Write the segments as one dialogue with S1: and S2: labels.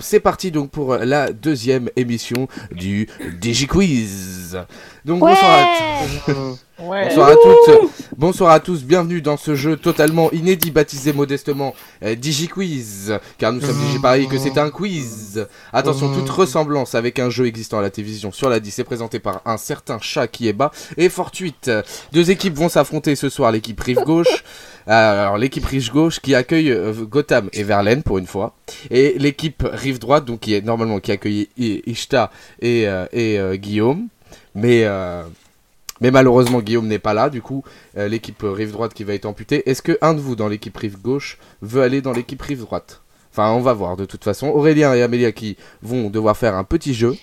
S1: C'est parti donc pour la deuxième émission du DigiQuiz. Donc bonsoir à, bonsoir à toutes, bonsoir à tous, bienvenue dans ce jeu totalement inédit baptisé modestement euh, DigiQuiz, car nous sommes DigiParis que c'est un quiz. Attention, toute ressemblance avec un jeu existant à la télévision sur la 10 est présentée par un certain chat qui est bas et fortuite. Deux équipes vont s'affronter ce soir, l'équipe rive gauche. Euh, Alors l'équipe rive gauche qui accueille euh, Gotham et Verlaine pour une fois, et l'équipe rive droite donc qui est normalement qui accueille I- Ishta et, euh, et euh, Guillaume, mais euh, mais malheureusement Guillaume n'est pas là du coup euh, l'équipe euh, rive droite qui va être amputée. Est-ce que un de vous dans l'équipe rive gauche veut aller dans l'équipe rive droite Enfin on va voir de toute façon. Aurélien et Amélia qui vont devoir faire un petit jeu,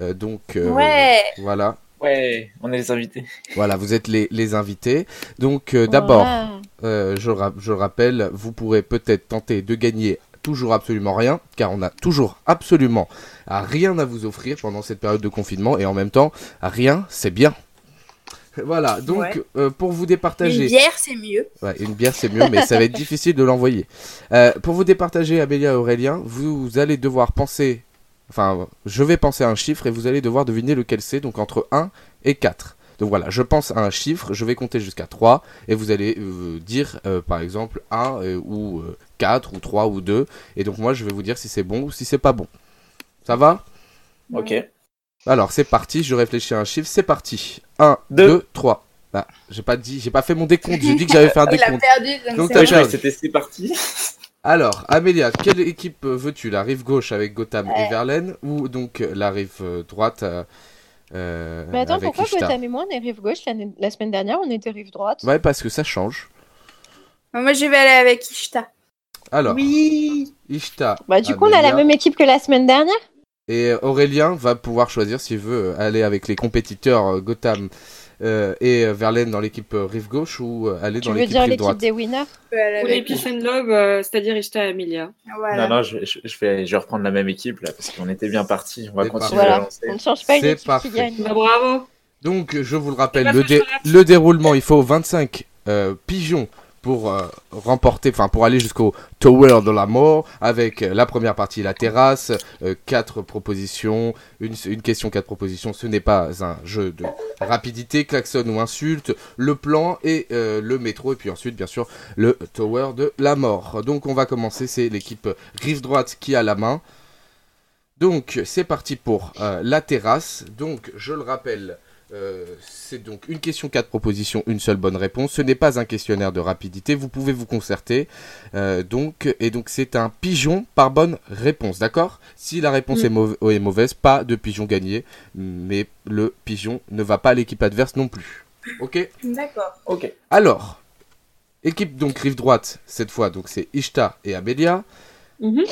S1: Euh, donc euh,
S2: Ouais.
S1: voilà
S3: Ouais, on est les invités.
S1: voilà vous êtes les les invités. Donc euh, d'abord euh, je, ra- je rappelle, vous pourrez peut-être tenter de gagner toujours absolument rien, car on a toujours absolument rien à vous offrir pendant cette période de confinement, et en même temps, rien, c'est bien. Voilà, donc
S2: Ouais.
S1: euh, pour vous
S2: Une
S1: départager,
S2: bière, c'est mieux.
S1: Ouais, une bière c'est mieux, mais ça va être difficile de l'envoyer. Euh, pour vous départager, Amélia et Aurélien, vous allez devoir penser. Enfin, je vais penser à un chiffre et vous allez devoir deviner lequel c'est, donc entre 1 et 4. Donc voilà, je pense à un chiffre, je vais compter jusqu'à 3 et vous allez euh, dire euh, par exemple 1 euh, ou euh, 4 ou 3 ou 2. Et donc moi je vais vous dire si c'est bon ou si c'est pas bon. Ça va
S3: Ok.
S1: Alors c'est parti, je réfléchis à un chiffre, c'est parti. 1,
S3: Deux.
S1: 2, 3. Ah, j'ai pas dit, j'ai pas fait mon décompte, j'ai dit que j'allais faire un
S2: Elle a
S1: décompte.
S2: perdu,
S1: Donc
S2: donc
S1: t'as
S2: c'est
S3: Ouais, je
S2: bon.
S3: croyais que c'était c'est parti.
S1: Alors, Amélia, quelle équipe euh, veux-tu La rive gauche avec Gotham et
S2: Ouais.
S1: Verlaine ou donc euh, la rive euh, droite euh, euh,
S4: Mais attends,
S1: avec
S4: pourquoi
S1: Ishtar Bah,
S4: Gotham et moi on est rive gauche l'année- la semaine dernière, on était rive droite
S1: Ouais, parce que ça change.
S2: Moi, je vais aller avec Ishta.
S1: Alors,
S2: Oui.
S1: Ishta
S4: Bah du coup on a
S1: Amélia.
S4: la même équipe que la semaine dernière.
S1: et Aurélien va pouvoir choisir s'il veut euh, aller avec les compétiteurs euh, Gotham euh, et euh, Verlaine dans l'équipe euh, rive gauche ou euh, aller
S4: Tu
S1: dans
S4: veux
S1: l'équipe
S4: dire
S1: rive
S4: l'équipe
S1: droite.
S4: des winners
S2: Je peux aller
S5: Ou les
S2: avec.
S5: Peace and Love, euh, c'est-à-dire Ishta et Amelia.
S2: Voilà.
S3: Non, non, je, je- je vais, je vais reprendre la même équipe là, parce qu'on était bien parti. On va
S1: C'est
S3: continuer
S4: parti.
S3: à lancer.
S4: On ne change pas une
S1: C'est
S4: équipe
S1: parfait.
S4: qui gagne.
S5: Bah, bravo
S1: Donc, je vous le rappelle,
S5: C'est
S1: le,
S5: pas
S1: dé-
S5: ce que
S1: le déroulement, il faut 25 euh, pigeons pour euh, remporter, enfin pour aller jusqu'au Tower de la mort, avec euh, la première partie, la terrasse, euh, quatre propositions, une, une question, quatre propositions, ce n'est pas un jeu de rapidité, klaxon ou insulte, le plan et euh, le métro, et puis ensuite, bien sûr, le Tower de la mort. Donc on va commencer, c'est l'équipe rive droite qui a la main. Donc c'est parti pour euh, la terrasse. Donc je le rappelle, euh, c'est donc une question, quatre propositions, une seule bonne réponse. Ce n'est pas un questionnaire de rapidité, vous pouvez vous concerter. Euh, donc, et donc c'est un pigeon par bonne réponse, d'accord Si la réponse
S2: Mm.
S1: est, mauva- est mauvaise, pas de pigeon gagné, mais le pigeon ne va pas à l'équipe adverse non plus. Ok
S2: D'accord.
S3: Ok.
S1: Alors, équipe donc rive droite, cette fois, donc c'est Ishta et Amelia.
S5: Mhm.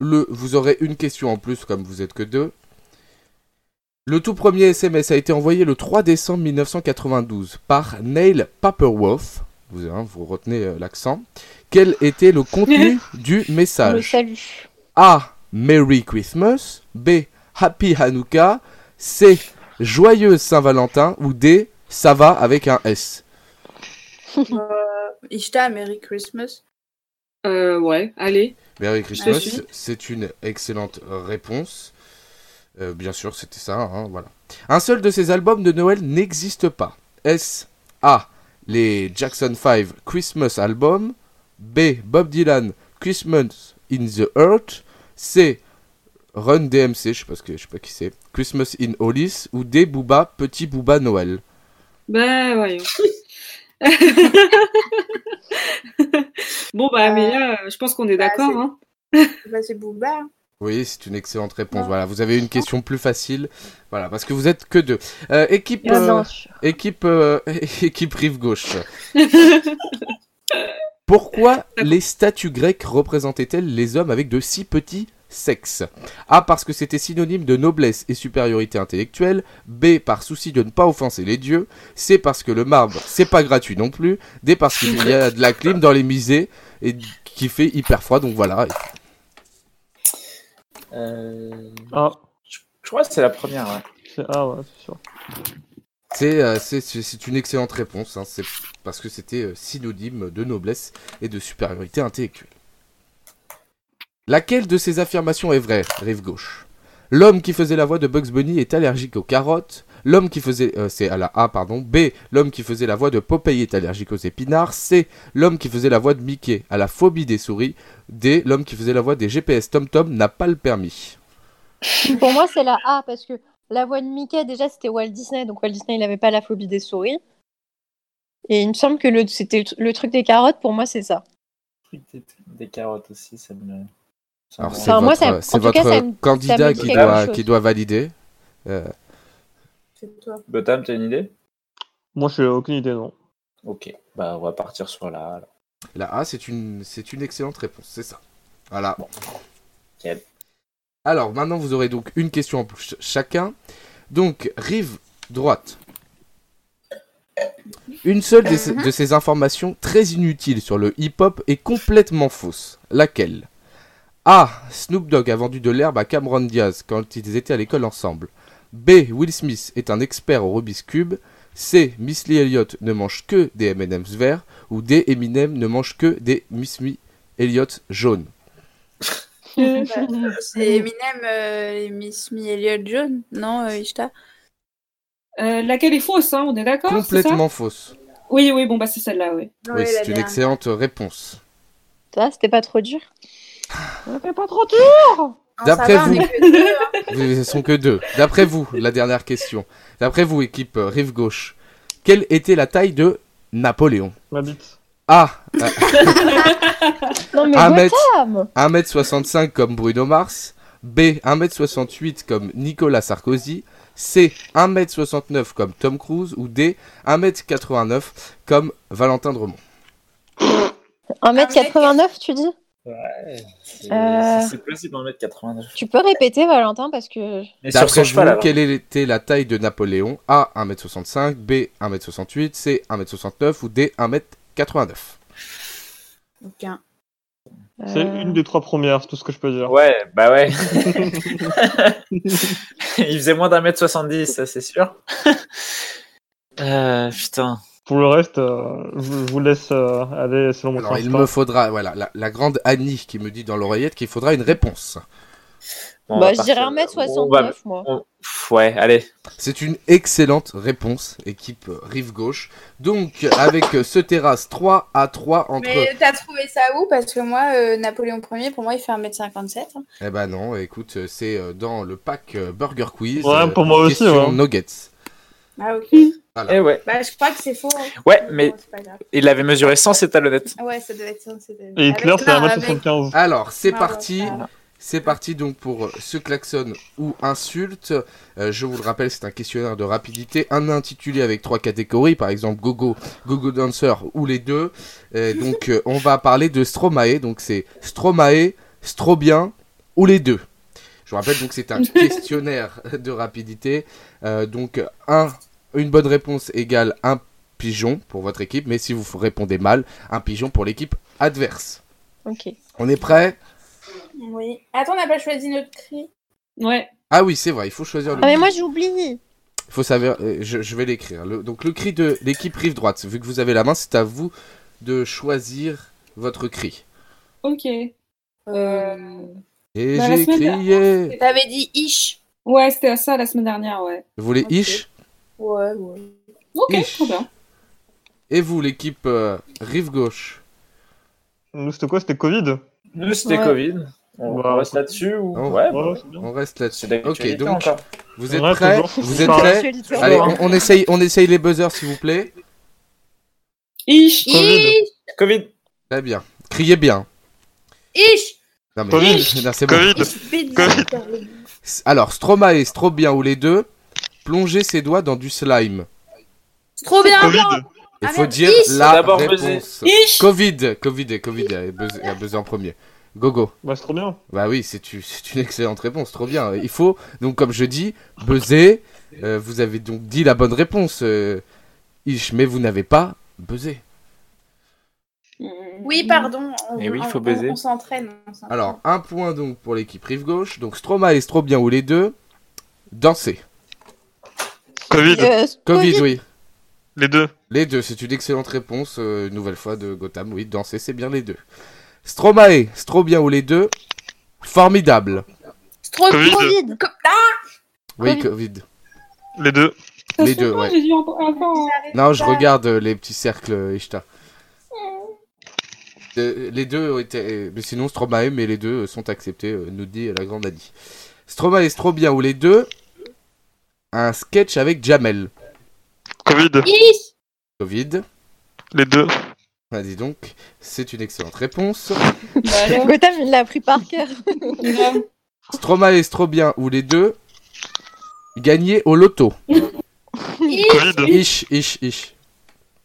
S1: Le, vous aurez une question en plus comme vous êtes que deux. Le tout premier SMS a été envoyé le 3 décembre 1992 par Neil Paperworth. Vous, hein, vous retenez euh, l'accent. Quel était le contenu du
S4: Le
S1: message
S4: salut.
S1: A. Merry Christmas. B. Happy Hanukkah. C. Joyeuse Saint-Valentin. Ou D. Ça va avec un S.
S2: Ishta, Merry Christmas.
S5: Euh, ouais, allez.
S1: Merry Christmas,
S5: suis.
S1: c'est une excellente réponse. Euh, bien sûr, c'était ça, hein, voilà. Un seul de ces albums de Noël n'existe pas. S. A. Les Jackson 5 Christmas Album. B. Bob Dylan Christmas in the Earth. C. Run DMC, je sais pas, ce que, je sais pas qui c'est. Christmas in Hollis. Ou D. Booba, Petit Booba Noël.
S5: Bah, voyons. bon, bah, Amelia, euh, je pense qu'on est
S2: bah,
S5: d'accord.
S2: c'est-
S5: Hein.
S2: Bah, c'est Booba.
S1: Oui, c'est une excellente réponse.
S4: Ouais.
S1: Voilà, vous avez une question plus facile. Voilà, parce que vous êtes que deux. Euh, équipe.
S4: Non,
S1: euh,
S4: non, je-
S1: Équipe, euh, équipe rive gauche. Pourquoi les statues grecques représentaient-elles les hommes avec de si petits sexes A. Parce que c'était synonyme de noblesse et supériorité intellectuelle. B. Par souci de ne pas offenser les dieux. C. Parce que le marbre, c'est pas gratuit non plus. D. Parce qu'il y a de la clim dans les musées et qui fait hyper froid. Donc voilà.
S3: Euh,
S6: Ah,
S3: je, je crois que c'est la première. ouais.
S6: c'est ah ouais, c'est sûr.
S1: C'est euh, c'est- c'est- c'est une excellente réponse. hein. C'est parce que c'était euh, synonyme de noblesse et de supériorité intellectuelle. Laquelle de ces affirmations est vraie Rive gauche. L'homme qui faisait la voix de Bugs Bunny est allergique aux carottes. L'homme qui faisait. euh, c'est à la A, pardon. B. L'homme qui faisait la voix de Popeye est allergique aux épinards. C. L'homme qui faisait la voix de Mickey à la phobie des souris. D. L'homme qui faisait la voix des GPS Tom Tom n'a pas le permis.
S4: Pour moi, c'est la A, parce que la voix de Mickey, déjà, c'était Walt Disney, donc Walt Disney, il n'avait pas la phobie des souris. Et il me semble que le, c'était le truc des carottes, pour moi, c'est ça.
S3: Des, des carottes aussi, ça me. ça
S1: Alors,
S3: me-
S1: c'est
S4: Enfin, moi,
S1: votre, euh,
S4: ça- en
S1: c'est
S4: tout cas,
S1: votre
S4: ça me- ça
S1: candidat
S4: me dit
S1: qui,
S4: quelque
S1: doit,
S4: chose.
S1: qui doit valider. Euh,
S2: C'est toi.
S3: Gotham, t'as une idée
S6: Moi, je n'ai aucune idée, non.
S3: Ok, bah on va partir sur la A. alors.
S1: La A, c'est une, c'est une excellente réponse, c'est ça. Voilà.
S3: Bon. Nickel.
S1: Alors, maintenant, vous aurez donc une question en plus ch- chacun. Donc, rive droite. Une seule des- de, ces informations très inutiles sur le hip-hop est complètement fausse. Laquelle A. Snoop Dogg a vendu de l'herbe à Cameron Diaz quand ils étaient à l'école ensemble. B. Will Smith est un expert au Rubik's Cube. C. Miss Lee Elliott ne mange que des M&M's verts ou D. Eminem ne mange que des Miss Me Elliott jaunes.
S2: C'est Eminem euh, et Miss Me Elliot John, non, euh, Ishta
S5: Euh, laquelle est fausse, hein, on est d'accord c'est ça
S1: Complètement fausse.
S5: Oui, oui, bon, bah c'est celle-là, oui.
S1: Oui, c'est une excellente réponse.
S4: Ça, c'était pas trop dur.
S6: Mais pas trop
S1: D'après
S2: on
S1: vous.
S2: est que deux, hein.
S1: Ils sont que deux. D'après vous, la dernière question. D'après vous, équipe euh, rive gauche, quelle était la taille de Napoléon
S6: Ma bite.
S1: A.
S4: Non, mais
S1: Un mètre-
S4: Gotham
S1: 1m65 comme Bruno Mars. B. 1m68 comme Nicolas Sarkozy. C. 1m69 comme Tom Cruise. Ou D. 1m89 comme Valentin Dremont.
S4: 1m89, tu dis
S3: C'est
S4: Euh.
S3: c'est- c'est possible en mettre 89.
S4: Tu peux répéter, Valentin, parce que...
S3: Mais sur
S1: D'après
S3: son
S1: vous,
S3: cheval, alors.
S1: quelle était la taille de Napoléon A. 1m65, B. 1m68, C. 1m69 ou D. 1m89
S2: Aucun.
S6: C'est
S4: euh,
S6: une des trois premières, c'est tout ce que je peux dire.
S3: Ouais, bah ouais. Il faisait moins d'un mètre 70, ça c'est sûr. euh, putain.
S6: Pour le reste, euh, je je vous laisse euh, aller selon mon
S1: Alors il
S6: instinct.
S1: me faudra, voilà, la, la grande Annie qui me dit dans l'oreillette qu'il faudra une réponse.
S3: Bon, on
S4: bah,
S3: va
S4: je dirais
S3: partir-
S4: 1m69,
S3: on va-
S4: moi.
S3: on- Pff, Ouais, allez.
S1: C'est une excellente réponse, équipe euh, rive gauche. Donc avec euh, ce terrasse 3 à 3 entre...
S2: Mais t'as trouvé ça où Parce que moi, euh, Napoléon Ier, pour moi, il fait 1m57. hein.
S1: Eh ben non, écoute, euh, c'est euh, dans le pack euh, Burger Quiz.
S6: Ouais,
S1: euh,
S6: pour moi aussi, hein.
S1: question
S6: ouais.
S1: Nuggets.
S2: Ah, ok.
S3: Eh ouais.
S2: Bah, je crois que c'est faux. hein.
S3: Ouais,
S2: Bon,
S3: mais-
S2: c'est pas grave.
S3: Il avait mesuré sans étalonnette.
S2: Ah Ouais, ça devait être ça. ça devait être-
S6: Et
S2: Avec
S6: Hitler, c'est
S2: Clara,
S6: 1m75.
S1: Alors c'est
S2: Ah,
S1: parti.
S2: ouais, ça.
S1: C'est parti donc pour euh, ce klaxon ou insulte. Euh, je vous le rappelle, c'est un questionnaire de rapidité, un intitulé avec trois catégories, par exemple Gogo, Gogo Dancer ou les deux. Euh, donc euh, on va parler de Stromae, donc c'est Stromae, Strobien ou les deux. Je vous rappelle donc c'est un questionnaire de rapidité. Euh, donc un, une bonne réponse égale un pigeon pour votre équipe, mais si vous répondez mal, un pigeon pour l'équipe adverse.
S4: Ok.
S1: On est prêt
S2: Oui. Attends, on n'a pas choisi notre cri.
S5: Ouais.
S1: Ah oui, c'est vrai, il faut choisir le
S4: Ah, mais moi, j'oublie
S1: faut savoir, euh, je, je vais l'écrire. Le- donc le cri de l'équipe rive droite, vu que vous avez la main, c'est à vous de choisir votre cri.
S5: Ok. Euh,
S1: Et
S5: Bah, la
S1: j'ai
S5: semaine
S1: crié.
S5: c'était-
S2: Euh, T'avais dit ish.
S5: Ouais, c'était ça la semaine dernière, ouais.
S1: Vous voulez
S2: Ok.
S1: Ish
S2: Ouais, ouais.
S5: Ok,
S1: Ish.
S5: trop bien.
S1: Et vous, l'équipe euh, rive gauche
S6: Nous, c'était quoi C'était Covid
S3: Nous, c'était
S5: Ouais.
S3: Covid. On,
S6: Ouais.
S3: on reste là-dessus ou
S1: Bah, Oh.
S3: Ouais, bah,
S6: Ouais, c'est bien.
S1: On reste
S3: c'est
S1: là-dessus.
S3: d'actualité
S1: Ok, donc
S3: encore.
S1: vous êtes
S6: Ouais,
S1: prêts
S6: toujours.
S1: Vous êtes
S6: Ouais.
S1: prêts
S4: Actualité.
S1: Allez, on, on essaye, on essaye les buzzers, s'il vous plaît.
S5: Ish.
S6: Covid.
S3: Covid.
S1: Très bien. Criez bien.
S2: Ish
S1: Non, mais-
S6: Covid.
S1: Non, Eh c'est bon.
S6: Covid.
S1: Alors, Stromae, Strobien ou les deux, plongez ses doigts dans du slime.
S2: C'est trop bien
S6: Covid.
S1: Il
S2: Ah
S1: faut
S2: merde,
S1: dire
S2: Ish.
S1: la
S3: D'abord buzzer.
S1: réponse.
S5: Ish.
S1: Covid, Covid, Covid, a buzzé, a buzzé en premier. Gogo.
S6: Bah, c'est trop bien.
S1: Bah oui, c'est u- c'est une excellente réponse, trop bien. Il faut, donc comme je dis, buzzer. Euh, vous avez donc dit la bonne réponse, euh, Ish, mais vous n'avez pas buzzé.
S2: Oui, pardon. on-
S3: Eh oui,
S2: on-
S3: faut
S2: on-
S3: baiser.
S2: On s'entraîne. on s'entraîne.
S1: Alors, un point donc pour l'équipe rive gauche. Donc Stromae, Strobien ou les deux, danser.
S6: Covid.
S4: Euh,
S1: Covid, oui.
S6: Les deux.
S1: Les deux, c'est une excellente réponse, euh, une nouvelle fois de Gotham. Oui, danser, c'est bien les deux. Stromae, Strobien ou les deux, Formidable.
S2: Trop
S6: Covid.
S2: vide. Co- Ah,
S1: Oui,
S4: Covid.
S1: Covid.
S6: Les deux.
S5: Ça
S1: Les
S5: se
S1: deux,
S5: voit,
S1: ouais.
S5: J'ai dû en avant.
S2: j'arrive
S1: Non, je
S2: pas.
S1: regarde euh, les petits cercles euh, Ishtar. Euh, les deux ont été. euh, Mais sinon, Stromae, mais les deux euh, sont acceptés, euh, nous dit euh, la grande Annie. Stromae, Strobia ou les deux. Un sketch avec Jamel.
S6: Covid.
S2: Ih,
S1: Covid.
S6: Les deux.
S1: Ah, dis donc, c'est une excellente réponse.
S5: Bah alors,
S4: Gotham, il l'a appris par cœur.
S5: grave.
S1: Stromae, Strobia ou les deux. Gagner au loto.
S2: ih,
S6: Covid.
S1: Ish, ish, ish.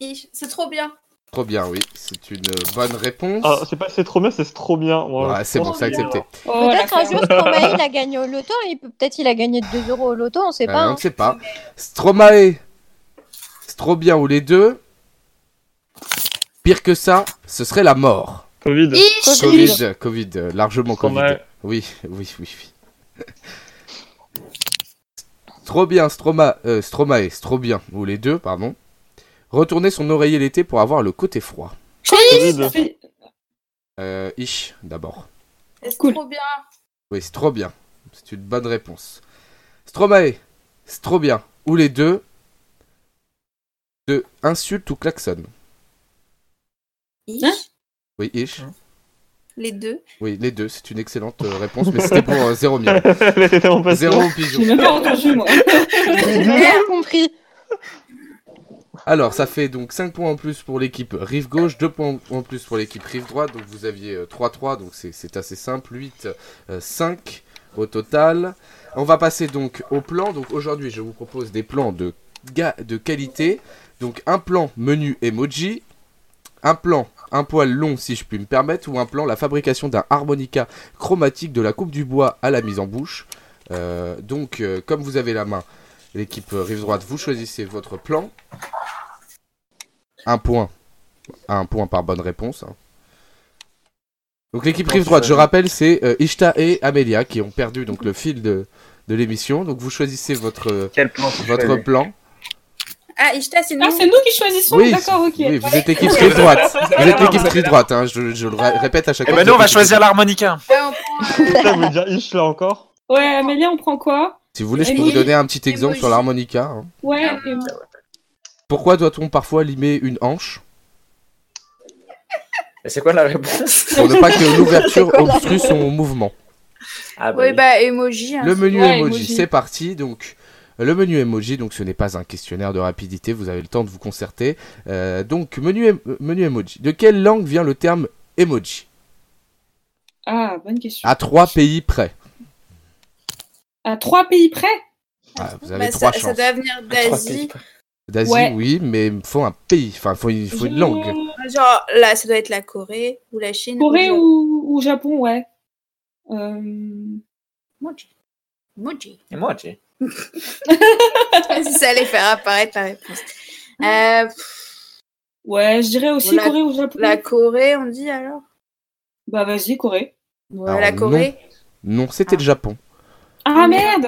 S2: ih. C'est trop bien.
S1: Trop bien, oui. C'est une euh, bonne réponse.
S6: Ah, c'est pas c'est trop bien, c'est c'est trop bien. Ouais,
S1: Ah, c'est bon, c'est accepté.
S5: Oh, la
S4: Peut-être un
S5: ferme.
S4: jour, Stromae, il a gagné au loto. et peut- Peut-être il a gagné 2 euros au loto, on sait
S1: Euh,
S4: pas.
S1: on
S4: hein.
S1: ne sait pas. Stromae, Strobien ou les deux. Pire que ça, ce serait la mort.
S6: Covid.
S2: Ih,
S4: Covid.
S1: Covid, Covid, euh, largement Covid.
S6: Stromae.
S1: Oui, oui, oui, oui. Trop bien, Stroma, euh, Stromae, trop bien, ou les deux, pardon. Retourner son oreiller l'été pour avoir le côté froid.
S6: Covid.
S5: C'est-
S1: Euh, ish, d'abord.
S2: c'est
S5: Cool.
S2: trop bien.
S1: Oui, c'est trop bien. C'est une bonne réponse. Stromae, c'est trop bien. Ou les deux. De insulte ou klaxon.
S2: Ih,
S5: Hein
S1: Oui, ish.
S2: Les deux.
S1: Oui, les deux. C'est une excellente euh, réponse, mais c'était pour euh, zéro miel.
S6: Elle était tellement pas sûre.
S1: Zéro
S5: Je
S1: pigeon.
S5: l'ai même pas entendu, moi.
S4: J'ai rien compris.
S1: Alors, ça fait donc 5 points en plus pour l'équipe rive gauche, 2 points en plus pour l'équipe rive droite. Donc, vous aviez euh, 3-3, donc c'est- c'est assez simple. 8, euh, 5 au total. On va passer donc au plan. Donc, aujourd'hui, je vous propose des plans de, ga- de qualité. Donc, un plan menu emoji, un plan un poil long, si je puis me permettre, ou un plan la fabrication d'un harmonica chromatique de la coupe du bois à la mise en bouche. Euh, donc, euh, comme vous avez la main, l'équipe euh, rive droite, vous choisissez votre plan un point. Un point par bonne réponse. hein. Donc l'équipe rive droite, je rappelle, c'est euh, Ishta et Amélia qui ont perdu donc le fil de, de l'émission. Donc vous choisissez votre, euh,
S3: Quel plan tu
S1: votre
S3: choisis
S1: plan.
S2: Ah, Ishta, c'est nous.
S5: Ah, c'est nous qui choisissons,
S1: Oui,
S5: d'accord, ok.
S1: Oui, vous êtes équipe rive droite. Vous êtes l'équipe rive droite, hein, je, je le ra- répète à chaque
S3: Eh
S1: fois.
S3: ben nous, on va choisir l'harmonica.
S2: Ah, on prend, euh,
S6: Putain, vous voulez dire ah, Ish là encore
S5: Ouais, Amélia, on prend quoi
S1: Si vous voulez, je peux vous
S5: Emoji.
S1: donner un petit exemple sur
S2: Emoji.
S1: l'harmonica. hein.
S5: Ouais, et-
S1: Pourquoi doit-on parfois limer une hanche
S3: Et C'est quoi la réponse
S1: Pour ne pas que l'ouverture
S4: C'est quoi la
S1: obstrue son mouvement.
S3: Ah
S2: Ouais, bah, emoji. hein.
S1: Le menu
S5: Ouais,
S1: emoji,
S5: emoji.
S1: c'est parti. Donc, le menu emoji, donc ce n'est pas un questionnaire de rapidité, vous avez le temps de vous concerter. Euh, donc, menu, em- menu emoji. De quelle langue vient le terme emoji
S5: Ah, bonne question.
S1: À trois pays près.
S5: À trois pays près
S1: Ah, vous
S2: Bah,
S1: avez
S2: ça,
S1: trois
S2: ça
S1: chances.
S2: doit venir
S3: Trois
S2: d'Asie.
S3: pays.
S1: D'Asie,
S5: Ouais.
S1: oui, mais il faut un pays, enfin, il faut, il faut une langue.
S2: Genre, là, ça doit être la Corée ou la Chine.
S5: Euh, Corée ou, ou Japon, ouais. Euh,
S2: Emoji. Emoji.
S3: Et moi, j'ai.
S2: si ça allait faire apparaître la réponse. Euh,
S5: Ouais, je dirais aussi
S2: La-
S5: Corée ou Japon.
S2: la Corée, on dit alors
S5: Bah vas-y, Corée.
S2: Ouais,
S1: Alors,
S2: La Corée
S1: Non, c'était le Japon.
S5: Ah merde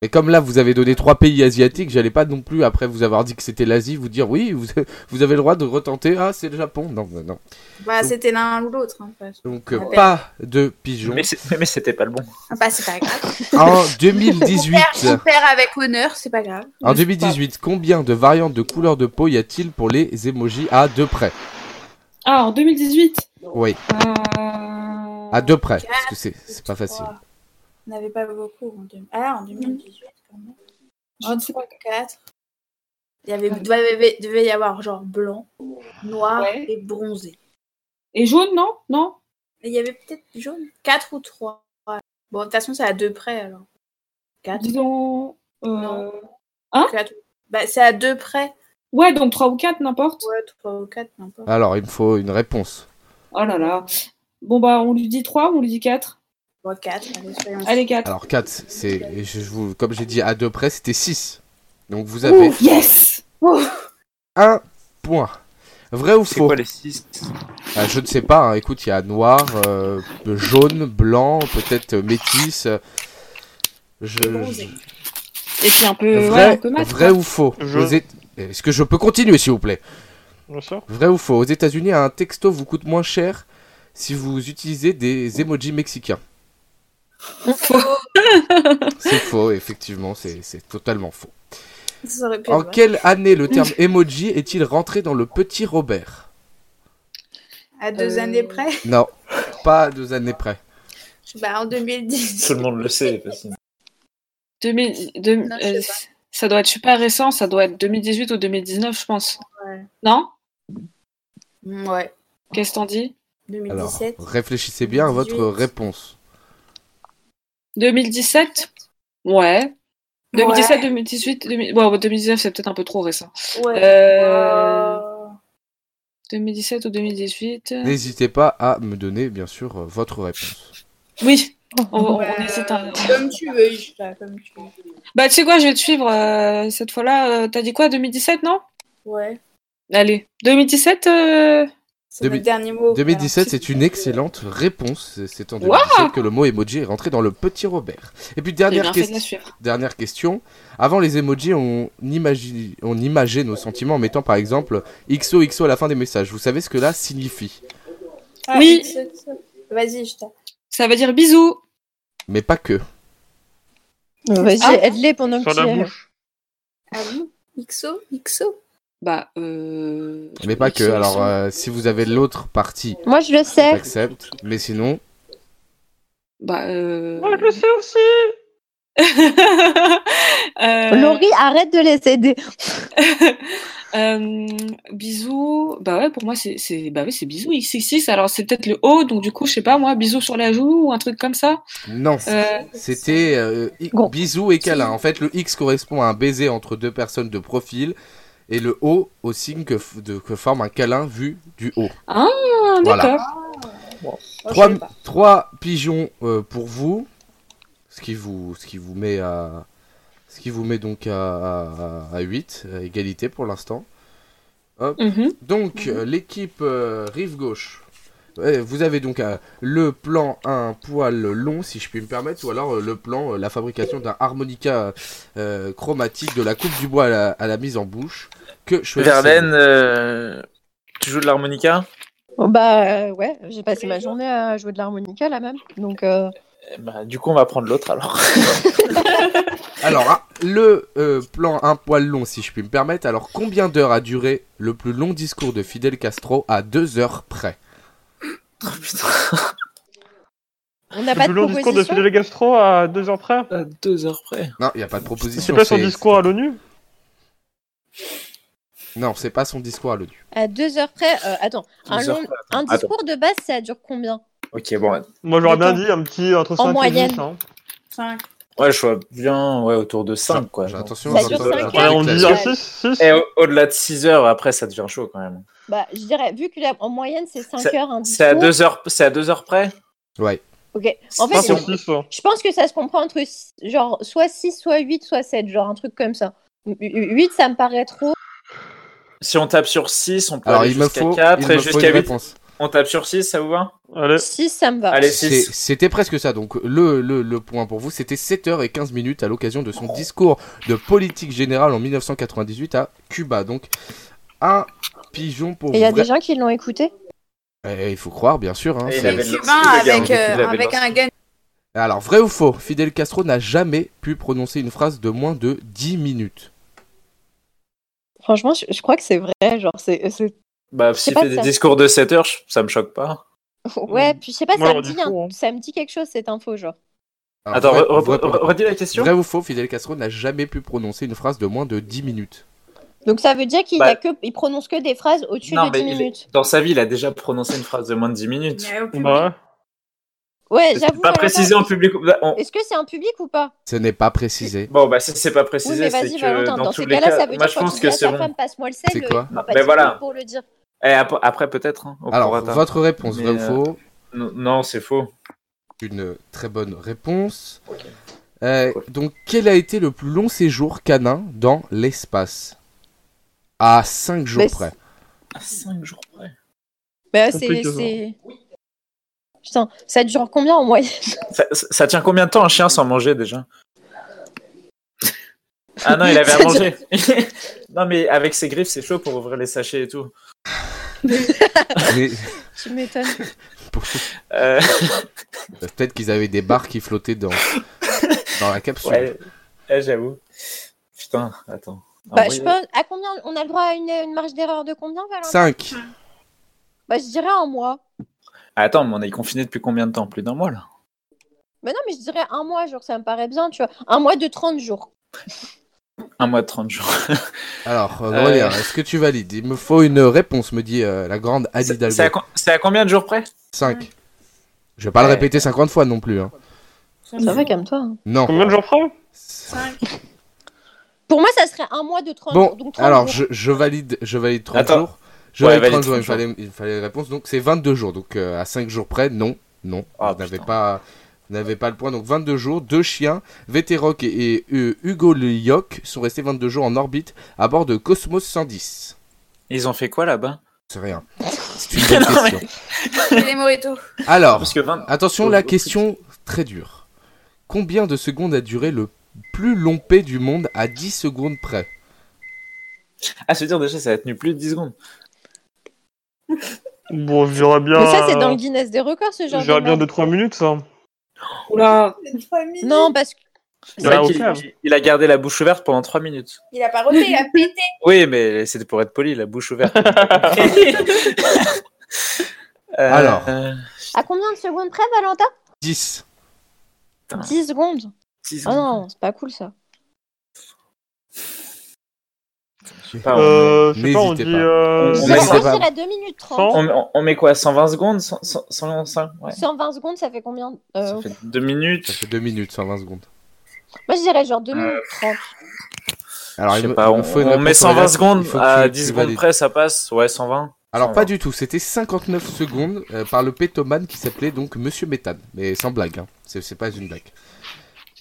S1: Et comme là, vous avez donné trois pays asiatiques, j'allais pas non plus, après vous avoir dit que c'était l'Asie, vous dire oui, vous, vous avez le droit de retenter, ah, c'est le Japon. Non, non.
S2: Bah, c'était l'un ou l'autre. hein, parce-
S1: Donc, euh,
S2: Ouais.
S1: pas de pigeon.
S3: Mais c'est- mais c'était pas le bon.
S2: Ah, bah, c'est pas grave.
S1: En
S2: Faire
S1: 2018.
S2: son père avec honneur, c'est pas grave.
S1: En
S5: Je sais
S1: 2018, combien de variantes de couleur de peau y a-t-il pour les emojis à deux près
S5: Ah, en 2018
S1: Oui,
S5: Euh,
S1: à deux près, parce que c'est c'est pas facile.
S2: Trois. On n'avait pas beaucoup. En deux- Ah, en 2018, quand même.
S5: Je ne sais pas.
S2: 4. Il y avait, devait, devait y avoir genre blanc, noir
S5: Ouais.
S2: et bronzé.
S5: Et jaune, non Non
S2: Et il y avait peut-être jaune 4 ou 3. Bon, de toute façon, c'est à deux près alors. 4.
S5: Disons... euh,
S2: Non. Bah, c'est à deux près.
S5: Ouais, donc 3 ou 4, n'importe.
S2: Ouais, 3 ou 4, n'importe.
S1: Alors, il me faut une réponse.
S5: Oh là là. Bon bah, on lui dit 3 ou on lui dit 4
S2: Bon, 4. Allez, soyons
S5: Allez, 4.
S1: Alors, 4, c'est, je vous, comme j'ai dit, à deux près, c'était 6. Donc, vous avez
S5: yes
S1: un point. Vrai ou
S3: C'est
S1: faux
S3: quoi les 6
S1: Ah, Je ne sais pas, hein. écoute, il y a noir, euh, jaune, blanc, peut-être euh, métis. euh, Je...
S2: Et bronzé.
S5: Et puis un peu... Euh, ouais, un
S1: Vrai,
S5: peu mat,
S1: vrai
S5: quoi.
S1: ou faux
S6: Je-
S1: Aux Éta- Est-ce que je peux continuer, s'il vous plaît
S6: Bien sûr.
S1: Vrai ou faux Aux États-Unis, un texto vous coûte moins cher si vous utilisez des emojis mexicains. C'est faux, effectivement, c'est c'est totalement faux.
S2: Ça aurait pu
S1: En
S5: bah.
S2: être
S1: quelle année le terme emoji est-il rentré dans le petit Robert
S2: vrai. À deux
S5: Euh,
S2: années près.
S1: Non, pas deux années près.
S2: Bah, en 2010.
S3: Tout le monde le sait. parce que-
S5: 2000 deux-
S2: Non, je sais
S5: euh, ça doit être super récent, ça doit être 2018 ou 2019, je pense.
S2: Ouais.
S5: Non
S2: Mm, Ouais,
S5: Qu'est-ce que t'en dis
S1: Alors,
S2: 2017.
S1: réfléchissez bien à votre
S2: 18.
S1: réponse.
S5: 2017 Ouais. 2017, 2018, 2000 bon, 2019, c'est peut-être un peu trop récent.
S2: Ouais.
S5: Euh,
S2: Euh,
S5: 2017 ou 2018 euh,
S1: N'hésitez pas à me donner, bien sûr, euh, votre
S5: Oh,
S1: réponse.
S5: Oui, on, on- on
S2: bah,
S5: hésite un-
S2: Comme tu veux, je sais pas, comme tu veux.
S5: Bah, tu sais quoi, je vais te suivre euh, cette fois-là. euh, T'as dit quoi, 2017, non
S2: Ouais.
S5: Allez, 2017 euh,
S2: C'est le
S1: Demi-
S2: dernier mot.
S1: 2017, c'est une excellente réponse. C'est- C'est en 2017 que le mot emoji est rentré dans le petit Robert. Et puis,
S5: J'ai
S1: dernière
S5: Eh bien fait ben, de
S1: question.
S5: la suivre.
S1: Dernière question. Avant les emojis, on, imagi- on imageait nos sentiments en mettant par exemple XOXO à la fin des messages. Vous savez ce que là signifie
S2: Ah,
S5: Oui.
S2: c'est- c'est- Vas-y, je t'attends.
S5: Ça veut dire bisous.
S1: Mais pas que.
S4: Vas-y,
S5: Ah.
S4: aide-les pendant que
S6: Sur
S4: tu
S6: la
S4: es.
S6: bouche.
S2: Ah bon XO XO
S5: Bah, euh...
S1: Mais pas
S5: ils
S1: que.
S5: sont-
S1: Alors,
S5: ils sont-
S1: euh, si vous avez l'autre partie,
S4: Moi, je le sais.
S1: j'accepte. Mais sinon,
S5: Bah, euh...
S6: Moi, je le sais aussi.
S5: Euh,
S4: Laurie, arrête de les aider.
S5: euh, bisous. Bah ouais, pour moi, c'est, c'est, bah oui, c'est bisous X6. Alors, c'est peut-être le haut, donc du coup, je sais pas, moi, bisous sur la joue ou un truc comme ça.
S1: non.
S5: Euh,
S1: C'était euh, i-
S4: Gros.
S1: bisous et câlin. En fait, le X correspond à un baiser entre deux personnes de profil et le O au signe que, f- de- que forme un câlin vu du haut.
S5: ah,
S1: Voilà.
S5: d'accord.
S2: Oh, je
S1: Trois,
S2: Oh, sais pas.
S1: trois pigeons euh, pour vous. Ce qui vous, ce qui vous met à, ce qui vous met donc à, à, 8, à égalité pour l'instant.
S5: Mhm.
S1: Donc euh, l'équipe euh, rive gauche. Ouais, vous avez donc euh, le plan un poil long, si je puis me permettre, ou alors euh, le plan euh, la fabrication d'un harmonica euh, chromatique de la coupe du bois à la, à la mise en bouche. Que choisissez-vous
S3: Verlaine, euh, tu joues de l'harmonica
S4: Oh, bah euh, ouais, j'ai passé ma journée à jouer de l'harmonica là même. Donc euh,
S3: Eh ben, Du coup, on va prendre l'autre alors.
S1: Alors, ah, le euh, plan un poil long, si je puis me permettre. Alors, combien d'heures a duré le plus long discours de Fidel Castro à deux heures près
S3: Oh, putain.
S4: on n'a
S6: Le
S4: pas
S6: plus
S4: de
S6: long discours de
S4: proposition.
S6: Fidel Castro à deux heures près.
S3: À deux heures près.
S1: Non, il n'y a pas de proposition.
S6: Euh, C'est pas son discours à l'ONU
S1: Non, c'est pas son discours à l'ONU.
S4: À deux heures près. euh, attends, un,
S3: Deux heures
S4: long-
S3: près.
S4: un
S3: Attends.
S4: discours de base, ça dure combien
S3: Ok, bon.
S6: Moi, j'aurais bien
S4: Attends.
S6: dit un petit entre 5 et
S4: moyenne.
S6: 10. hein.
S2: Cinq.
S3: Ouais, je vois bien ouais, autour de 5, quoi.
S1: J'ai- Attention,
S4: Ça
S1: j'entends-
S4: dure cinq
S1: j'entends
S6: Ouais,
S4: heures.
S1: les
S6: on dit
S1: clashs.
S4: Ouais.
S6: 6, 6.
S3: Et au- au-delà de 6 heures, après, ça devient chaud quand même.
S4: Bah, je dirais, vu que la- en moyenne c'est 5
S3: C'est-
S4: heures un
S3: C'est à
S4: discours.
S3: 2 heures, c'est à deux heures près
S1: Ouais.
S4: Ok. En fait,
S3: Cinq
S4: je,
S3: heures.
S6: 6.
S4: je pense que ça se comprend entre s- genre soit 6, soit 8, soit 7, genre un truc comme ça. 8, ça me paraît trop.
S3: Si on tape sur 6, on peut
S1: Alors,
S3: aller
S1: il me
S3: jusqu'à
S1: faut,
S3: 4
S1: il me
S3: et
S1: faut
S3: jusqu'à
S1: une
S3: 8.
S1: réponse.
S3: On tape sur 6, ça vous va
S6: Allez.
S4: 6, ça me va.
S3: Euh, Allez,
S1: C'est-
S3: 6.
S1: C'était presque ça. Donc, le, le, le point pour vous, c'était 7h15 minutes à l'occasion de son discours de politique générale en 1998 à Cuba. Donc, un pigeon pour
S4: Et il y a
S1: vous.
S4: des gens qui l'ont écouté.
S1: Eh, il faut croire, bien sûr. hein,
S3: Et il
S1: c'est- Ah,
S3: avait
S2: Les
S3: de
S2: Cubains
S3: l'ancien,
S2: avec,
S3: le gars,
S2: euh,
S3: il avait de
S2: avec un gars.
S1: Alors, vrai ou faux Fidel Castro n'a jamais pu prononcer une phrase de moins de 10 minutes.
S4: Franchement, je, je crois que c'est vrai. Genre, c'est. c'est-
S3: Bah,
S4: sais
S3: si
S4: pas
S3: fait des
S4: ça.
S3: discours de 7 heures, je- ça me choque pas.
S4: Ouais,
S3: Mm.
S4: puis je sais pas,
S6: Moi,
S4: ça
S6: j'aurais
S4: me,
S6: dit
S4: dit un-
S6: faux, hein.
S4: ça me dit quelque chose cette info, genre.
S1: Alors,
S3: Attends,
S1: vrai-
S3: re-
S1: vrai-
S3: re- re- redis la question.
S1: vrai ou faux Fidel Castro n'a jamais pu prononcer une phrase de moins de 10 minutes.
S4: Donc ça veut dire qu'il
S3: Bah-
S4: a que, il prononce que des phrases au-dessus
S3: Non,
S4: de
S3: mais
S4: 10
S3: il est-
S4: minutes.
S3: dans sa vie, il a déjà prononcé une phrase de moins de 10 minutes.
S2: Mais au plus-
S6: Bah ouais.
S4: Ouais,
S3: C'est
S4: j'avoue. euh,
S3: pas
S4: alors là,
S3: précisé en public. Bah, on-
S4: Est-ce que c'est un public ou pas
S1: Ce n'est pas précisé.
S3: Bon, bah, si c'est pas
S4: Oui,
S3: précisé,
S4: mais
S3: c'est
S4: vas-y,
S3: que
S4: Valentin.
S3: dans,
S4: Dans,
S3: tous
S4: ces
S3: les
S4: cas-là,
S3: cas,
S4: ça veut
S3: moi
S4: dire
S3: je
S4: quand
S3: pense
S4: tu
S3: que
S4: dis à
S3: c'est
S4: ta
S3: bon.
S4: femme, passe-moi le sel.
S1: C'est quoi
S4: il faut pas
S3: Ben
S4: dire
S3: voilà.
S4: pour le dire.
S3: Eh, ap- après, peut-être. hein, on
S1: Alors,
S3: pourra t'en-
S1: votre réponse,
S3: Mais,
S1: vrai ou
S3: euh,
S1: faux
S3: Non, Non, c'est faux.
S1: Une très bonne réponse. Euh, donc, quel a été le plus long séjour canin dans l'espace À 5 jours
S4: Mais
S1: près.
S3: À 5 jours près.
S4: Bah,
S6: Ton
S4: c'est.
S6: truc,
S4: c'est- Putain, ça dure combien en moyenne
S3: Ça, ça- ça tient combien de temps un chien sans manger déjà Ah non, il avait à
S4: Ça
S3: manger. non, mais avec ses griffes, c'est chaud pour ouvrir les sachets et tout.
S1: Mais-
S4: Tu m'étonnes.
S3: Euh,
S1: Peut-être qu'ils avaient des barres qui flottaient dans, dans la capsule.
S3: ouais, ouais, j'avoue. Putain, attends.
S4: Bah,
S3: Ah,
S4: je
S3: oui,
S4: pense, à combien on a le droit à une, une marge d'erreur de combien, Valentin
S1: 5.
S4: Bah, je dirais un mois.
S3: Attends, mais on est confiné depuis combien de temps Plus d'un mois là
S4: Bah non, mais je dirais un mois, genre, ça me paraît bien, tu vois. Un mois de 30 jours.
S3: Un mois de 30 jours.
S1: Alors, euh,
S3: Euh.
S1: Aurélien, est-ce que tu valides Il me faut une réponse, me dit euh, la grande Anne
S3: C'est c'est à,
S1: Hidalgo.
S3: com- c'est à combien de jours près
S1: 5. Je vais pas le
S3: Ouais.
S1: répéter 50 fois non plus. hein.
S4: Ça va, calme-toi. hein.
S1: Non.
S6: Combien de jours près
S2: Cinq.
S4: Pour moi, ça serait un mois de 30
S1: Bon,
S4: jours. Donc 30
S1: alors
S4: jours.
S1: je, je valide, je valide 30
S3: Attends.
S1: jours. Je
S3: Ouais,
S1: valide
S3: valide
S1: 30 jours, il
S3: 30
S1: fallait,
S3: jours.
S1: il fallait la réponse. Donc c'est 22 jours. Donc euh, à 5 jours près, non, non.
S3: Ah,
S1: vous n'avez
S3: putain.
S1: pas, vous n'avez pas le point. Donc 22 jours, deux chiens, Veteroc et, et, euh, Hugo le Yoc sont restés 22 jours en orbite à bord de Cosmos 110.
S3: Ils ont fait quoi là-bas
S1: C'est rien. C'est une bonne
S3: Non, mais-
S1: question.
S2: C'est les mojitos.
S1: Alors,
S3: Parce que Oh, 20...
S1: Attention, la question très dure. Combien de secondes a duré le plus long P du monde à 10 secondes près
S3: Ah, se dire déjà, ça a tenu plus de 10 secondes.
S6: Bon, j'aurais bien.
S4: Mais ça, c'est dans le Guinness des records, ce genre
S6: J'aurais
S4: de
S6: bien
S4: merde.
S6: 2-3 minutes, hein. ça.
S5: Oula,
S4: Non, parce que.
S3: C'est vrai
S6: Ah,
S3: qu'il-
S6: ok.
S3: il, il a gardé la bouche ouverte pendant 3 minutes.
S2: Il a pas roté, il a pété.
S3: Oui, mais c'était pour être poli, la bouche ouverte. Euh,
S1: Alors.
S3: euh,
S4: À combien de secondes près, Valentin
S1: 10.
S3: Ah.
S4: 10 secondes.
S3: 10
S4: Ah
S3: secondes.
S4: non, c'est pas cool ça.
S3: Je sais pas, Ah, on-
S6: Euh, je sais pas, on
S1: N'hésitez
S6: dit.
S1: pas.
S6: euh,
S3: On
S4: On
S3: met
S4: va
S3: ça.
S4: partir à 2 minutes 30.
S6: Cent.
S3: on, on- on met quoi 120 secondes 100, 100, 105 ouais.
S4: 120 secondes, ça fait combien
S3: Ça
S4: Euh,
S3: fait 2 minutes.
S1: Ça fait 2 minutes, 120 secondes.
S4: Moi, je dirais genre 2
S3: Euh,
S4: minutes 30.
S1: Alors,
S3: Je sais
S1: me-
S3: pas,
S1: me
S3: on,
S1: faut une
S3: on
S1: réponse,
S3: met 120
S1: Aurélien. Il
S3: secondes
S1: faut que
S3: à
S1: tu-
S3: 10
S1: tu
S3: secondes
S1: valides.
S3: près, ça passe. Ouais, 120.
S1: Alors,
S3: 120.
S1: pas du tout, c'était 59 secondes euh, par le pétoman qui s'appelait donc Monsieur Méthane. Mais sans blague, hein. c'est c'est pas une blague.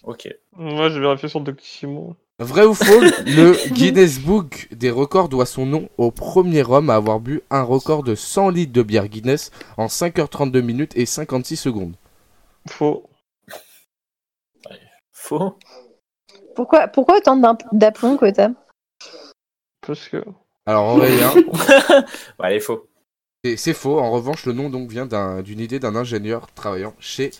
S3: Ok.
S6: Moi, j'ai vérifié sur Doctissimo.
S1: Vrai ou faux, le Guinness Book des records doit son nom au premier homme à avoir bu un record de 100 litres de bière Guinness en 5h32 minutes et 56 secondes.
S6: Faux.
S3: Faux.
S4: Pourquoi, pourquoi autant d'imp- d'aplomb, Quota
S6: Parce que.
S1: Alors, hein, Aurélien,
S3: Ouais, Bah, allez, faux.
S1: Et c'est faux, en revanche, le nom donc vient d'un- d'une idée d'un ingénieur travaillant chez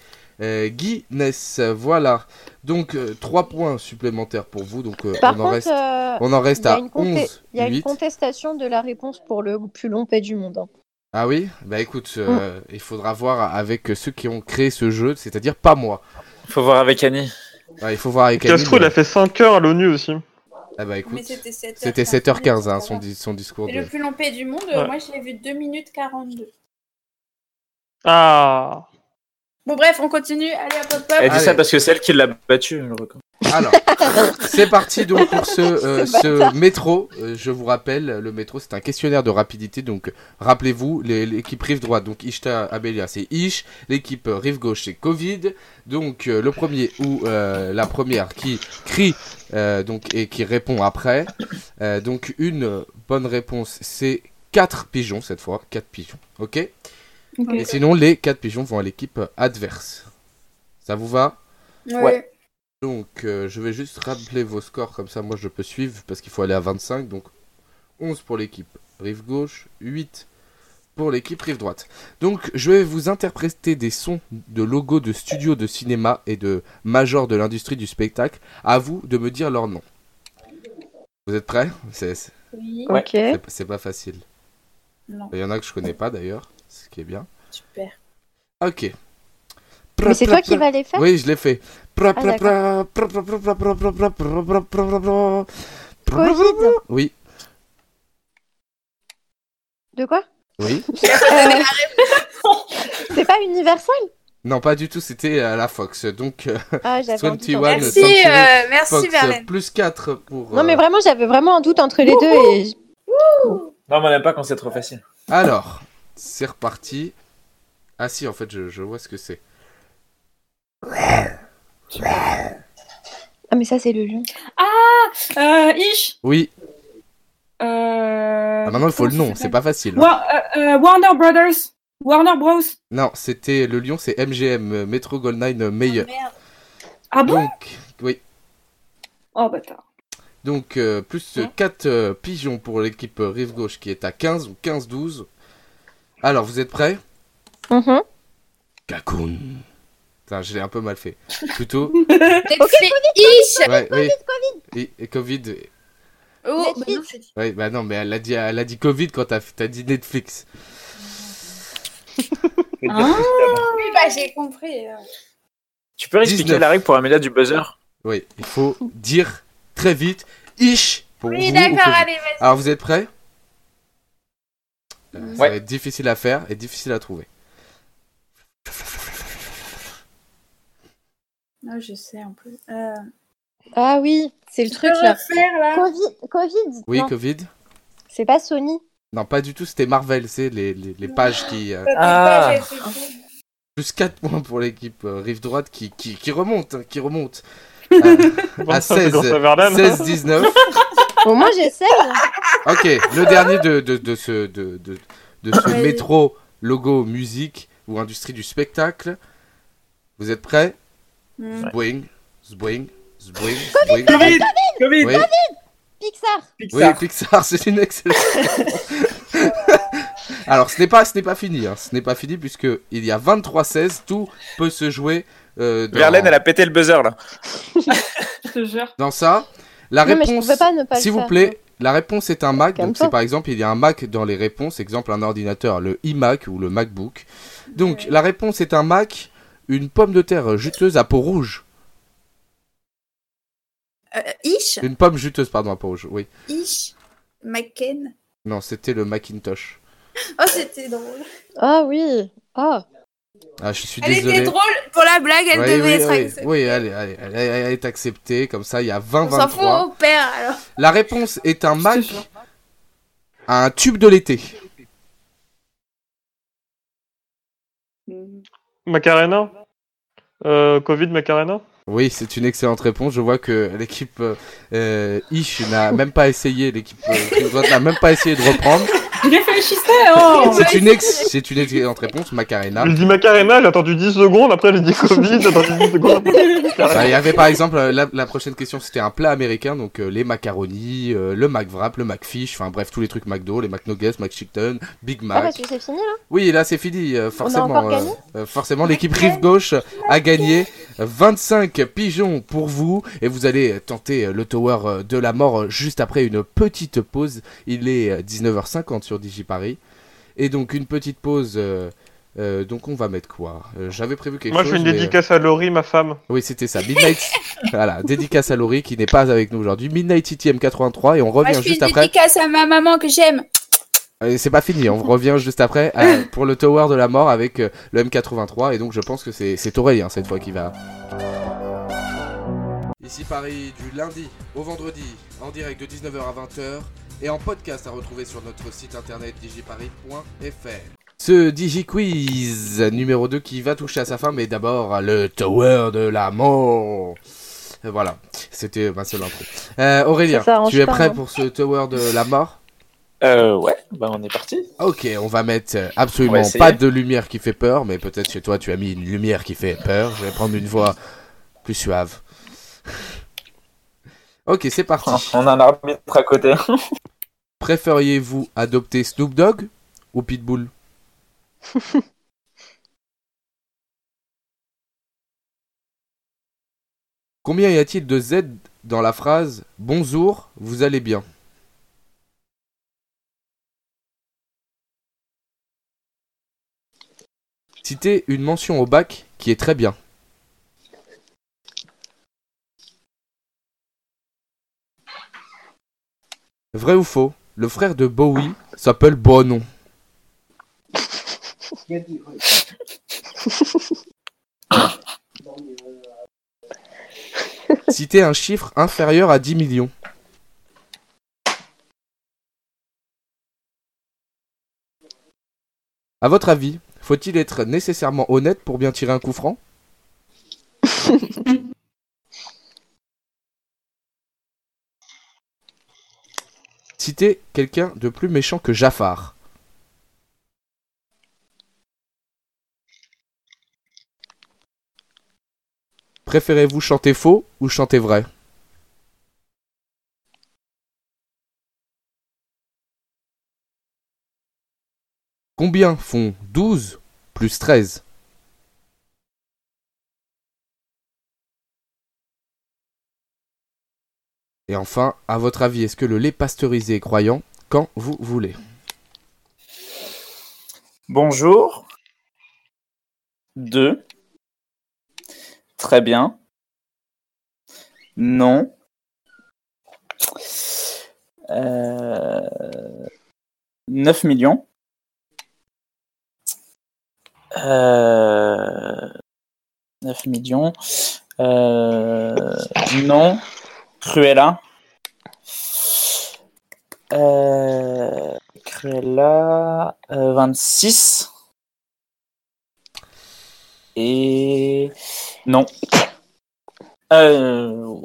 S1: euh, Guinness. Voilà, donc 3 points supplémentaires pour vous, donc euh,
S4: Par
S1: on, en
S4: contre,
S1: reste,
S4: euh,
S1: on en reste
S4: il y a
S1: à
S4: une compé-
S1: 11,
S4: il y a une
S1: 8.
S4: contestation de la réponse pour le plus long paix du monde. hein.
S1: Ah oui Bah écoute, euh,
S4: Mm.
S1: il faudra voir avec ceux qui ont créé ce jeu, c'est-à-dire pas moi.
S3: Faut voir avec Annie.
S1: Ah, il faut voir avec Annie,
S6: Castro, il
S1: mais-
S6: a fait 5 heures à l'ONU aussi.
S1: Ah bah écoute,
S2: Mais c'était 7h15.
S1: c'était 7h15 hein, son, di- son discours.
S2: Et le
S1: De...
S2: plus long P du monde,
S6: Ouais.
S2: moi j'ai vu 2 minutes 42.
S6: Ah
S2: Bon bref, on continue. Allez, hop, hop,
S3: Elle
S2: hop.
S3: dit
S1: Allez.
S3: ça parce que c'est elle qui l'a battu, le record.
S1: Alors, c'est parti donc pour ce, euh,
S4: Ce
S1: ce métro. Euh, je vous rappelle, le métro, c'est un questionnaire de rapidité. Donc, rappelez-vous, les- l'équipe rive droite, donc Ishta Abelia, c'est Ish. L'équipe euh, rive gauche, c'est Covid. Donc, euh, le premier ou euh, la première qui crie euh, donc, et qui répond après. Euh, donc, une bonne réponse, c'est 4 pigeons cette fois. 4 pigeons, ok Et sinon, les 4 pigeons vont à l'équipe adverse. Ça vous va
S2: Eh, Ouais.
S1: donc, euh, je vais juste rappeler vos scores, comme ça moi je peux suivre, parce qu'il faut aller à 25. Donc, 11 pour l'équipe rive gauche, 8 pour l'équipe rive droite. Donc, je vais vous interpréter des sons de logos de studios de cinéma et de majors de l'industrie du spectacle. À vous de me dire leur nom. Vous êtes prêts C'est c'est-
S2: Oui,
S3: Ouais.
S4: Ok.
S1: c'est- c'est pas facile.
S2: Non.
S1: Il y en a que je connais pas d'ailleurs, ce qui est bien.
S2: super.
S1: Ok.
S4: Mais c'est toi qui vas les faire
S1: Oui, je l'ai fait. Pra, pra, pra, pra, pra, pra, pra, pra, pra, pra, pra, pra, pra, pra.
S4: Covid
S1: Oui,
S4: De quoi Euh,
S1: oui.
S4: C'est pas universel
S1: Non, pas du tout, c'était à la Fox. Donc, euh,
S4: Ah, j'avais un doute,
S1: 21.
S4: en fait.
S2: Merci,
S1: Sanctuary
S2: euh, merci
S1: Fox euh,
S2: Verlaine.
S1: plus 4 pour.
S4: Non, mais
S1: euh,
S4: vraiment, j'avais vraiment un doute entre les deux. Et... j-
S3: Non, mais on n'aime pas quand c'est trop facile.
S1: Alors, c'est reparti. Ah, si, en fait, je, je vois ce que c'est.
S4: Ah, mais ça, c'est le lion.
S5: euh, Ish,
S1: Oui,
S5: euh...
S1: ah, maintenant il faut le
S5: comment
S1: nom,
S5: ça
S1: c'est pas facile. hein.
S5: Wa- euh, euh, Warner Brothers. Warner Bros.
S1: Non, c'était le lion, c'est MGM, euh, Metro Goldwyn Meyer.
S2: Oh, merde.
S5: Ah bon
S1: Donc, oui.
S5: Oh bâtard.
S1: Donc, euh, plus
S5: Ouais.
S1: 4 pigeons pour l'équipe euh, rive gauche qui est à 15 ou 15-12. Alors, vous êtes prêts
S4: Mhm.
S1: Cocoon. Putain, je l'ai un peu mal fait. Plutôt.
S2: Netflix.
S1: ouais, oui. Et- et Covid.
S2: Oh, bah
S4: Netflix.
S2: non, c'est dit.
S1: Oui, bah non, mais elle a dit, elle a dit Covid quand t'as t'as dit Netflix.
S2: Oui, bah j'ai compris. euh.
S3: Tu peux expliquer
S1: 19.
S3: la règle pour Amélia du buzzer
S1: Oui, il faut dire très vite ish pour vous
S2: Oui,
S1: ou
S2: d'accord,
S1: Covid.
S2: allez, vas-y.
S1: Alors, vous êtes prêts Euh, Ça
S3: Ouais.
S1: va être difficile à faire et difficile à trouver.
S2: Non, je sais un peu. Euh,
S4: Ah oui, c'est le
S2: tu peux
S4: truc là.
S2: refaire, là Euh,
S4: Covid, Covid.
S1: Oui,
S4: non,
S1: Covid
S4: c'est pas Sony.
S1: Non, pas du tout, c'était Marvel, c'est les, les, les pages qui. euh,
S3: Ah.
S2: Peut-être pas, j'ai fait-
S1: plus 4 points pour l'équipe euh, Rive Droite qui, qui, qui remonte, hein, qui remonte. Euh, à 16, 16-19.
S4: Bon, moi j'essaie.
S1: Ok, le dernier de, de, de ce, de, de, de ce
S2: Vas-y.
S1: métro logo musique ou industrie du spectacle. Vous êtes prêts
S2: Hmm.
S1: Zboing, zboing, zboing, zboing. Oui,
S3: Covid
S1: oui,
S4: Pixar.
S1: oui, Pixar, c'est une excellente. Alors, ce n'est pas, ce n'est pas fini, hein, ce n'est pas fini puisque il y a 23-16, tout peut se jouer euh, dans,
S3: Verlaine, elle a pété le buzzer là.
S5: Je te jure.
S1: dans ça. La
S4: non, mais je
S1: réponse,
S4: pouvais pas ne pas le
S1: s'il vous
S4: faire.
S1: plaît, la réponse est un Mac. Donc,
S4: Calme-toi.
S1: c'est par exemple, il y a un Mac dans les réponses. Exemple, un ordinateur, le iMac ou le MacBook. Donc, la réponse est un Mac, une pomme de terre juteuse à peau rouge.
S2: Euh, Ish
S1: Une pomme juteuse, pardon, à peau rouge, oui.
S2: Ish McKen
S1: Non, c'était le Macintosh.
S2: Oh, c'était drôle.
S4: Ah oui. Ah.
S1: Ah, je suis
S2: Elle
S1: désolé.
S2: était drôle pour la blague, elle
S1: Oui,
S2: devait
S1: oui,
S2: être
S1: oui,
S2: acceptée.
S1: oui, allez, allez, elle, est- elle est acceptée, comme ça il y a
S2: On s'en fout
S1: 20-23.
S2: au père alors.
S1: La réponse est un Mac,
S5: jure.
S1: un tube de l'été.
S4: Mm.
S6: Macarena euh, Covid Macarena
S1: Oui, c'est une excellente réponse. Je vois que l'équipe euh, euh, Ish n'a même pas essayé, l'équipe euh, Rive Droite n'a même pas essayé de reprendre.
S5: Il réfléchissait, hein
S1: C'est une, ex c'est une excellente réponse, Macarena. Euh,
S6: Je dis Macarena, j'ai attendu 10 secondes, après je dis Covid, j'ai attendu 10 secondes. après, Macarena.
S1: Bah, Il y avait par exemple, euh, la, la prochaine question c'était un plat américain, donc euh, les macaronis, euh, le McWrap, le McFish, enfin bref, tous les trucs McDo, les McNuggets, McChicken, Big
S4: Ah, parce
S1: Mac.
S4: que c'est fini là.
S1: Oui, et là c'est fini, euh, forcément.
S4: encore gagné
S1: euh, euh, forcément, l'équipe Rive Gauche a gagné 25 pigeons pour vous. Et vous allez tenter le Tower euh, de la mort euh, juste après une petite pause. Il est euh, 19h50 sur DigiParis. Et donc, une petite pause. euh, euh, donc, on va mettre quoi Euh, J'avais prévu quelque
S6: Moi je
S1: chose.
S6: fais une
S1: mais, euh,
S6: dédicace à Laurie, ma femme.
S1: oui, c'était ça. Midnight. voilà, dédicace à Laurie qui n'est pas avec nous aujourd'hui. Midnight TTM83. Et on
S2: Moi,
S1: revient
S2: je fais une
S1: juste après.
S2: dédicace à ma maman que j'aime.
S1: Euh, Et c'est pas fini, on revient juste après euh, pour le Tower de la mort avec euh, le M83 et donc je pense que c'est c'est Aurélien cette fois qui va. Ici Paris du lundi au vendredi en direct de 19h à 20h et en podcast à retrouver sur notre site internet digiparis.fr. Ce DigiQuiz numéro 2 qui va toucher à sa fin mais d'abord le Tower de la mort. Euh, Voilà, c'était ma seule intro. Euh, Aurélien,
S4: Ça s'arrange
S1: tu es
S4: pas,
S1: prêt
S4: hein.
S1: pour ce Tower de la mort
S3: Euh, ouais, bah on est parti.
S1: Ok, on va mettre euh,
S3: On va
S1: absolument
S3: essayer.
S1: pas de lumière qui fait peur, mais peut-être chez toi tu as mis une lumière qui fait peur. Je vais prendre une voix plus suave. Ok, c'est parti.
S3: On a un arbitre à côté.
S1: Préfériez-vous adopter Snoop Dogg ou Pitbull Combien y a-t-il de Z dans la phrase Bonjour, vous allez bien Citez une mention au bac qui est très bien. Vrai ou faux Le frère de Bowie s'appelle Bonon. Citez un chiffre inférieur à 10 millions. À votre avis, faut-il être nécessairement honnête pour bien tirer un coup franc Citez quelqu'un de plus méchant que Jafar. Préférez-vous chanter faux ou chanter vrai Combien font 12 plus 13 Et enfin, à votre avis, est-ce que le lait pasteurisé est croyant quand vous voulez
S3: Bonjour. Deux. Très bien. Non. Euh, 9 millions. Euh, 9 millions. Euh, non. Cruella. Euh, Cruella. euh, 26. Et. Non. Euh,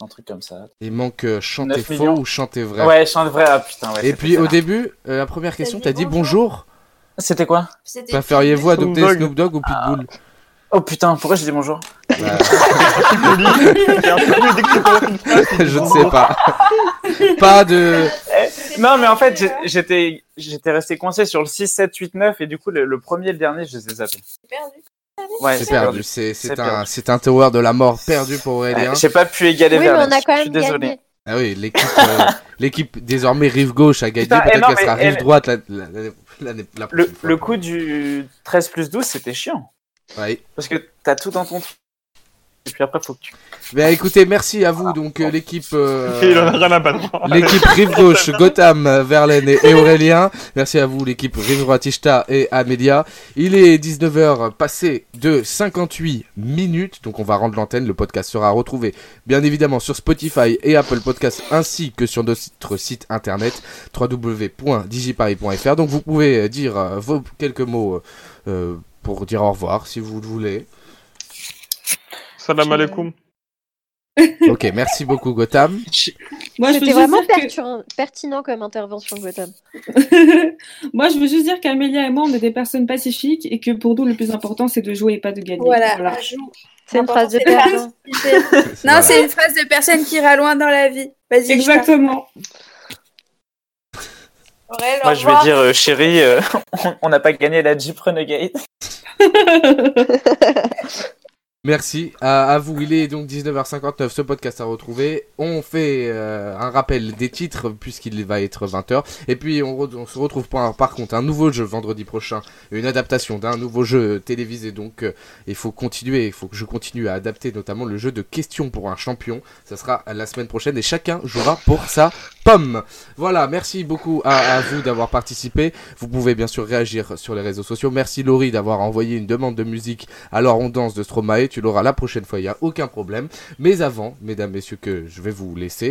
S3: un truc comme ça.
S1: Il manque euh, chanter
S3: 9
S1: faux
S3: millions.
S1: ou chanter vrai.
S3: Ouais, chante vrai. Ah putain, ouais.
S1: Et
S3: c'était
S1: puis
S3: ça.
S1: au début, euh, la première question, t'as dit bonjour.
S3: C'était quoi
S2: C'était-
S1: Préfériez-vous
S6: Snoop
S1: adopter
S6: Dogg.
S1: Snoop Dogg ou Pitbull
S3: Oh putain, pourquoi j'ai dit bonjour Ah.
S1: Bah,
S6: Joli. Et un peu, dès que tu commences une phrase, tu dis
S1: Je ne
S6: bonjour.
S1: sais pas. Pas de.
S2: c'était- euh,
S3: Non, mais en fait, j'ai- j'étais j'étais resté coincé sur le 6, 7, 8, 9, et du coup, le, le premier et le dernier, je les ai zappés.
S2: J'ai perdu.
S3: Ouais,
S1: C'est perdu. Eh C'est
S3: C'est
S1: c'est un,
S3: perdu.
S1: c'est un tower de la mort perdu pour
S3: Ouais,
S1: Aurélien.
S3: J'ai pas pu égaler
S4: Oui, mais
S3: vers
S4: on a quand
S3: je suis
S4: même
S3: désolé.
S4: gagné.
S1: Ah oui, l'équipe, euh, l'équipe désormais rive gauche a gagné.
S3: Putain, eh
S1: Peut-être
S3: non,
S1: qu'elle sera
S3: mais
S1: rive
S3: elle-
S1: droite la, la- la- l'année- la
S3: Le,
S1: prochaine fois.
S3: le coup du 13 plus 12, c'était chiant.
S1: Ouais.
S3: Parce que t'as tout dans ton truc. Et puis après, faut que tu.
S1: Bah, écoutez, merci à vous. Donc euh, l'équipe. euh,
S6: Et il en a rien à battre.
S1: L'équipe Rive Gauche, Gotham, Verlaine et et Aurélien. Merci à vous, l'équipe Rive Droite, Ishta et Amélia. Il est 19h passé de 58 minutes, donc on va rendre l'antenne. Le podcast sera retrouvé, bien évidemment, sur Spotify et Apple Podcasts, ainsi que sur notre site internet www.digiparis.fr. Donc vous pouvez dire euh, vos quelques mots euh, euh, pour dire au revoir, si vous le voulez.
S6: Salam alaikum.
S1: Ok, merci beaucoup, Gotham.
S5: Moi, je veux
S4: C'était
S5: juste
S4: vraiment
S5: dire que-
S4: pertin- pertinent comme intervention, Gotham.
S5: Moi, je veux juste dire qu'Amélia et moi, on est des personnes pacifiques et que pour nous, le plus important, c'est de jouer et pas de gagner.
S2: Voilà.
S5: Voilà.
S4: C'est une
S2: L'important,
S4: phrase de
S2: c'est la
S4: perdant.
S2: phrase. Non,
S1: Voilà.
S2: c'est une phrase de personne qui ira loin dans la vie. Vas-y. je
S5: Exactement.
S2: t'en- Aurel, au
S3: Moi, je vais
S2: revoir.
S3: dire, euh, chérie, euh, on- on n'a pas gagné la Jeep Renegade.
S1: Merci à, à vous. Il est donc 19h59. Ce podcast à retrouver. On fait euh, un rappel des titres puisqu'il va être 20h. Et puis on, re- on se retrouve pour un- par contre un nouveau jeu vendredi prochain. Une adaptation d'un nouveau jeu télévisé. Donc euh, il faut continuer. Il faut que je continue à adapter notamment le jeu de questions pour un champion. Ça sera la semaine prochaine et chacun jouera pour sa pomme. Voilà. Merci beaucoup à, à vous d'avoir participé. Vous pouvez bien sûr réagir sur les réseaux sociaux. Merci Laurie d'avoir envoyé une demande de musique alors on danse de Stromae, tu l'auras la prochaine fois, il n'y a aucun problème. Mais avant, mesdames, messieurs, que je vais vous laisser,